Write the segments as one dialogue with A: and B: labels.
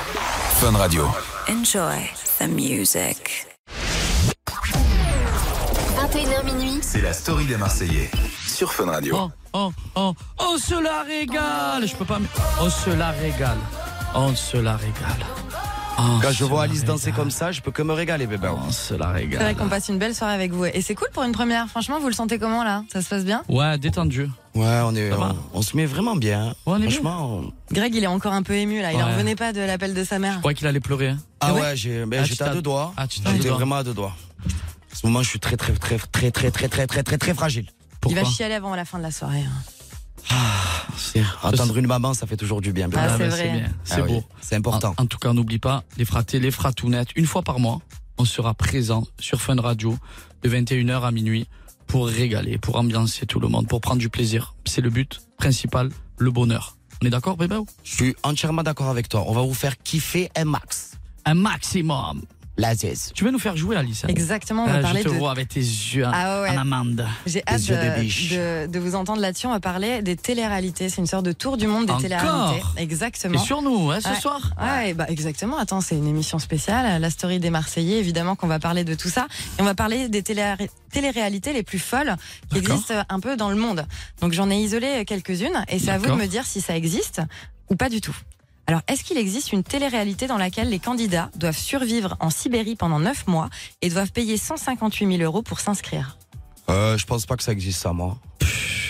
A: Fun Radio.
B: Enjoy the music.
C: 21h minuit.
A: C'est la story des Marseillais sur Fun Radio.
D: Oh, oh, oh, on se la régale Je peux pas me... On se la régale. On se la régale. On
E: Quand
D: se
E: je vois
D: la
E: Alice danser
D: régale.
E: comme ça, je peux que me régaler, bébé.
D: On se la
F: C'est vrai
D: régale.
F: qu'on passe une belle soirée avec vous. Et c'est cool pour une première. Franchement, vous le sentez comment là Ça se passe bien
D: Ouais, détendu.
E: Ouais, on, est,
D: Ça va
E: on, on se met vraiment bien. hein.
D: Ouais, on est bien.
E: Franchement. on-
F: Greg, il est encore un peu ému là. Il
D: Ouais.
F: en revenait pas de l'appel de sa mère.
D: Je croyais qu'il allait pleurer. hein.
E: Ah
F: ouais
E: ouais, j'ai- ben,
D: Ah, tu
E: j'étais
D: t'as-
E: à deux doigts.
D: Ah, tu t'as deux
E: J'étais
D: doigts.
E: vraiment à deux doigts. En ce moment, je suis très, très, très, très, très, très, très, très, très, très fragile.
D: Pourquoi
F: il va chialer avant la fin de la soirée. hein.
E: Entendre une maman, ça fait toujours du bien. bébé.
F: Ah,
D: Ah,
F: c'est
D: ben,
F: vrai.
D: bien.
E: Ah
D: C'est
E: oui,
D: beau. Ah.
E: C'est important.
D: En, en tout cas, n'oublie pas, les fratés, les fratounettes, une fois par mois, on sera présent sur Fun Radio de 21h à minuit pour régaler, pour ambiancer tout le monde, pour prendre du plaisir. C'est le but principal, le bonheur. On est d'accord, bébé
E: Je suis entièrement d'accord avec toi. On va vous faire kiffer un max.
D: Un maximum.
E: La zèze.
D: Tu vas nous faire jouer, Alice. hein
F: Exactement, on va
D: Ah,
F: parler
D: je te
F: de.
D: vois avec tes yeux en-
F: Ah ouais, ouais.
D: en amande.
F: J'ai
E: Les
F: hâte
E: yeux des biches.
F: de, de, de vous entendre là-dessus. On va parler des téléréalités. C'est une sorte de tour du monde des
D: Encore
F: téléréalités.
D: Et
F: Exactement.
D: sur nous, hein, ce
F: Ouais.
D: soir
F: Ouais, bah exactement. Attends, c'est une émission spéciale, euh, la story des Marseillais. Évidemment qu'on va parler de tout ça. Et on va parler des télé- téléréalités les plus folles qui
D: D'accord.
F: existent euh, un peu dans le monde. Donc j'en ai isolé euh, quelques-unes et c'est à vous de
D: D'accord.
F: me dire si ça existe ou pas du tout. Alors, est-ce qu'il existe une téléréalité dans laquelle les candidats doivent survivre en Sibérie pendant 9 mois et doivent payer 158 000 euros pour s'inscrire
E: Euh, je pense pas que ça existe, ça, moi.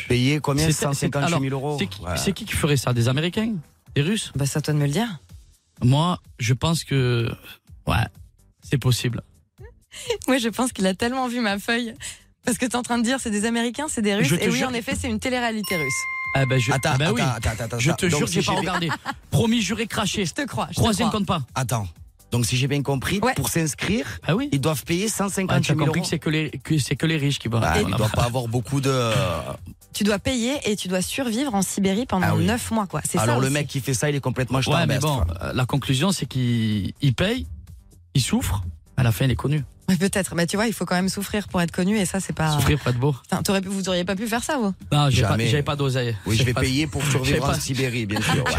E: Payer combien
D: C'est-
E: 158
D: alors,
E: 000 euros.
D: C'est qui,
E: Ouais.
D: c'est qui qui ferait ça Des Américains Des Russes
F: Bah, c'est à toi de me le dire.
D: Moi, je pense que. Ouais, c'est possible.
F: Moi, je pense qu'il a tellement vu ma feuille. Parce que t'es en train de dire, c'est des Américains, c'est des Russes.
D: Je te
F: Et oui,
D: jure-
F: en effet, c'est une téléréalité russe.
D: Ah ben, je,
E: Attends,
D: ah ben
E: attends,
D: oui.
E: attends, attends, attends.
D: je te
E: Donc,
D: jure que
E: si
D: j'ai pas
E: bien-
D: regardé. Promis, juré, craché.
F: Je te crois. Je te
D: Troisième
F: crois.
D: compte pas.
E: Attends. Donc, si j'ai bien compris,
F: Ouais.
E: pour s'inscrire,
D: Ah oui.
E: ils doivent payer
D: Ah,
E: 158
D: tu as
E: 000 euros.
D: compris que c'est que les que c'est que les riches qui vont.
E: Bah,
D: Ah,
E: on ne
D: voilà.
E: doit pas avoir beaucoup de.
F: Tu dois payer et tu dois survivre en Sibérie pendant
E: Ah oui.
F: 9 mois, quoi. C'est ça.
E: Alors le
F: aussi.
E: mec qui fait ça, il est complètement
D: Ouais, mais
E: jetardeste.
D: bon, euh, la conclusion c'est qu'il il paye, il souffre. À la fin, il est connu.
F: Ouais, Peut-être. Mais tu vois, il faut quand même souffrir pour être connu et ça, c'est pas.
D: Souffrir, pas de beau.
F: Putain, t'aurais pu- vous auriez pas pu faire ça, vous.
D: Non, j'ai pas-
E: Jamais.
D: j'avais pas, d'oseille.
E: Oui, je
D: J'ai
E: vais
D: pas-
E: payer pour survivre
D: pas-
E: en Sibérie, bien sûr. ouais.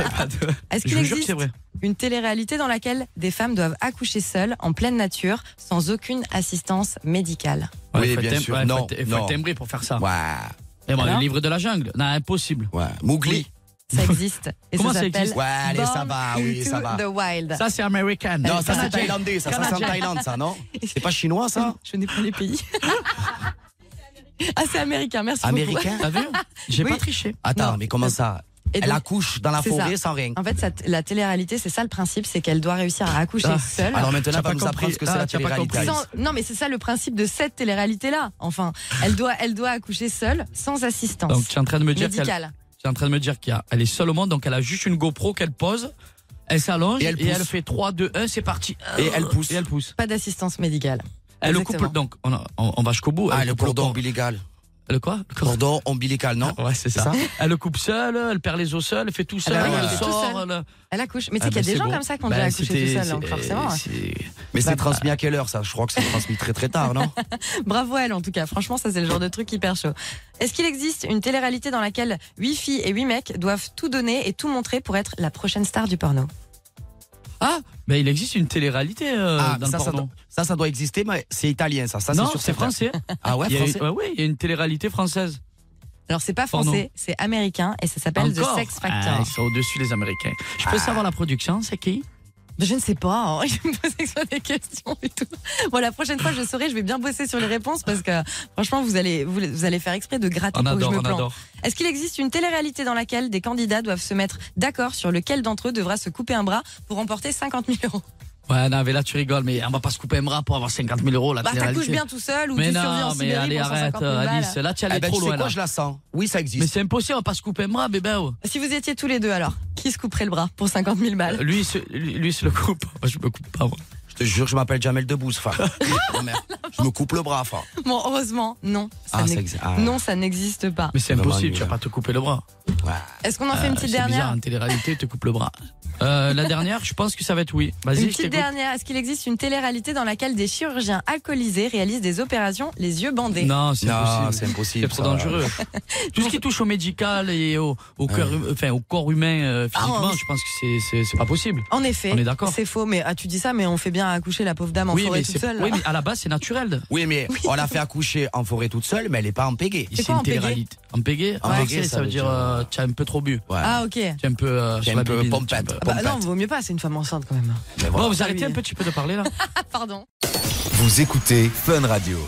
F: Est-ce
D: Je
F: qu'il
D: vous jure que
F: existe
D: c'est vrai.
F: une téléréalité dans laquelle des femmes doivent accoucher seules, en pleine nature, sans aucune assistance médicale
E: Oui,
D: faut
E: bien
D: être-
E: sûr.
D: ouais, faut
E: Non,
D: être- faut hein.
E: non.
D: être timbré pour faire ça.
E: Ouais,
D: Et moi,
F: Alors
D: le livre de la jungle, non, impossible.
E: ouais. Mowgli.
D: Oui.
F: Ça existe. Et
D: Comment ça
F: ça s'appelle
D: existe
E: Ouais, allez, ça
F: Born
E: va, oui,
F: into
E: ça va.
F: The Wild.
D: Ça, c'est américain.
E: Non, ça c'est
D: Canadien.
E: thaïlandais, ça, ça c'est en
D: Canadien.
E: Thaïlande, ça, non C'est pas chinois, ça
F: Je n'ai pas les pays. ah, c'est américain, merci beaucoup.
E: Américain
D: T'as vu J'ai pas triché.
E: Attends,
F: Non.
E: mais comment ça
F: Et
E: Elle
F: donc,
E: accouche dans la
F: c'est
E: forêt sans rien.
F: En fait, ça- Ah, la télé-réalité, c'est ça le principe, c'est qu'elle doit réussir à accoucher
D: Ah,
F: seule.
E: Alors maintenant,
D: T'as
E: elle va
D: pas
E: nous
D: compris.
E: apprendre ce que c'est
D: Ah,
E: la
D: t'as pas
E: télé-réalité.
D: compris.
F: sans- non, mais c'est ça le principe de cette télé-réalité-là. Enfin, elle doit, elle doit accoucher seule, sans assistance
D: Donc, tu es en train de me dire qu'elle
F: médicale.
D: tu es en train de me dire qu'elle elle est seule au monde, donc elle a juste une GoPro qu'elle pose, elle s'allonge
E: Et
D: et
E: elle
D: elle,
E: pousse.
D: fait 3, 2, 1, c'est parti.
E: Et elle pousse.
D: Et elle pousse.
F: Pas d'assistance médicale.
D: Elle le
F: Exactement.
D: couple, donc on, a- on- on va jusqu'au bout.
E: Ah,
D: Elle
E: le
D: coupe
E: cordon
D: cor-
E: ombilical.
D: Le quoi Le cordon. Ah.
E: Cordon ombilical, non
D: Ouais, c'est ça.
E: ça
D: Elle le coupe seule, elle perd les os seule, elle fait tout seul,
F: bah
E: oui,
D: elle
E: elle
D: le
E: fait
F: tout
D: sort.
F: seule.
D: elle-
F: Elle accouche. Mais tu
D: Ah,
F: sais qu'il y a
D: bah,
F: des
D: c'est
F: gens
D: bon.
F: comme ça qui ont
D: Bah,
F: déjà accouché tout
D: c'était-
F: seul, donc
D: c'est-
F: forcément. hein.
D: c'est-
E: Mais
D: Bah,
E: c'est transmis à quelle heure, ça Je crois que c'est transmis très très tard, non
F: Bravo à elle, en tout cas. Franchement, ça, c'est le genre de truc hyper chaud. Est-ce qu'il existe une télé-réalité dans laquelle 8 filles et 8 mecs doivent tout donner et tout montrer pour être la prochaine star du porno
D: Ah, ben il existe une télé-réalité euh,
E: Ah,
D: dans
E: ça,
D: le
E: ça
D: porno.
E: doit- ça, ça doit exister, mais c'est italien, ça. Ça, c'est
D: non,
E: sûr,
D: c'est français.
E: Ah ouais,
D: Il y a-
E: français
D: ouais, ouais, il y a une télé-réalité française.
F: Alors, c'est pas
D: Porno.
F: français, c'est américain et ça s'appelle The
D: Encore
F: Sex
D: Ah,
F: Factor. Ah.
D: ils sont au-dessus les Américains. Je peux savoir la production, c'est qui
F: Bah, Je ne sais pas, hein. je me posais que ce soit des questions et tout. Bon, la prochaine fois, je saurai, je vais bien bosser sur les réponses parce que franchement, vous allez, vous, vous allez faire exprès de gratter
D: On
F: pour
D: adore,
F: que je
D: on
F: me plante.
D: adore.
F: Est-ce qu'il existe une télé-réalité dans laquelle des candidats doivent se mettre d'accord sur lequel d'entre eux devra se couper un bras pour remporter 50 000 euros
D: Ouais, non, mais là tu rigoles, mais on va pas se couper un bras pour avoir 50 000 euros la
F: Bah, t'accouches
D: télé-réalité.
F: bien tout seul ou
D: Mais
F: tu survis en
D: non, mais
F: Sibérie
D: allez,
F: pour 150
D: arrête,
F: 000 balles.
D: Alice. Là, tu
E: Ah
D: allais
E: ben,
D: trop
E: tu sais
D: loin.
E: quoi,
D: là.
E: je la sens. Oui, ça
D: Mais
E: existe.
D: c'est impossible, on va pas se couper un bras, bébé. oh.
F: Si vous étiez tous les deux alors, qui se couperait le bras pour 50 000 balles
D: Lui, il se- lui, lui, il se le coupe. Moi, je me coupe pas, moi.
E: Je te jure, je m'appelle Jamel Debbouze, enfin. Oh, merde. je me coupe le bras, enfin.
F: Bon, heureusement, non.
E: Ah,
F: Ça n'ex-
E: ça existe. Ah.
F: Non, ça n'existe pas.
D: Mais c'est
E: Vraiment
D: impossible, tu vas
E: nul.
D: pas te couper le bras.
E: Ouais.
F: Est-ce qu'on en fait une
D: Euh, C'est
F: petite dernière
D: bizarre, en télé-réalité, tu te coupes le bras. Euh, la dernière, je pense que ça va être oui.
F: Une
D: Vas-y, je
F: petite
D: t'écoute.
F: dernière. Est-ce qu'il existe une télé-réalité dans laquelle des chirurgiens alcoolisés réalisent des opérations les yeux bandés
D: Non, c'est
E: Non,
D: impossible.
E: c'est impossible.
D: C'est trop
E: ça.
D: dangereux. Tout ce qui touche au médical et au, au, cœur, enfin, au corps humain euh, physiquement,
F: on-
D: je pense que c'est- c'est c'est pas possible.
F: En effet.
D: On est d'accord.
F: C'est faux, mais ah, tu dis ça, mais on fait bien à accoucher la pauvre dame en
D: Oui
F: forêt
D: mais,
F: toute
D: c'est-
F: seule. là.
D: oui, mais à la base, c'est naturel.
E: Oui, mais on l'a fait accoucher en forêt toute seule, mais elle est pas empéguée.
F: C'est quoi, un pégé
D: télé-réalité. Un pégé, en
E: Ouais.
D: français, ça veut dire euh, tu as un peu trop bu.
E: Ouais.
F: Ah, ok.
D: Tu es un peu. euh,
E: T'es
D: sur
E: un
D: la
E: peu
D: bibine,
E: pompette.
D: tu es un peu-
F: Ah bah
E: Pompette.
F: non, vaut mieux pas, c'est une femme enceinte quand même.
E: Mais voilà.
D: Bon, vous arrêtez
F: oui.
D: un petit peu de parler là
F: Pardon.
A: Vous écoutez Fun Radio.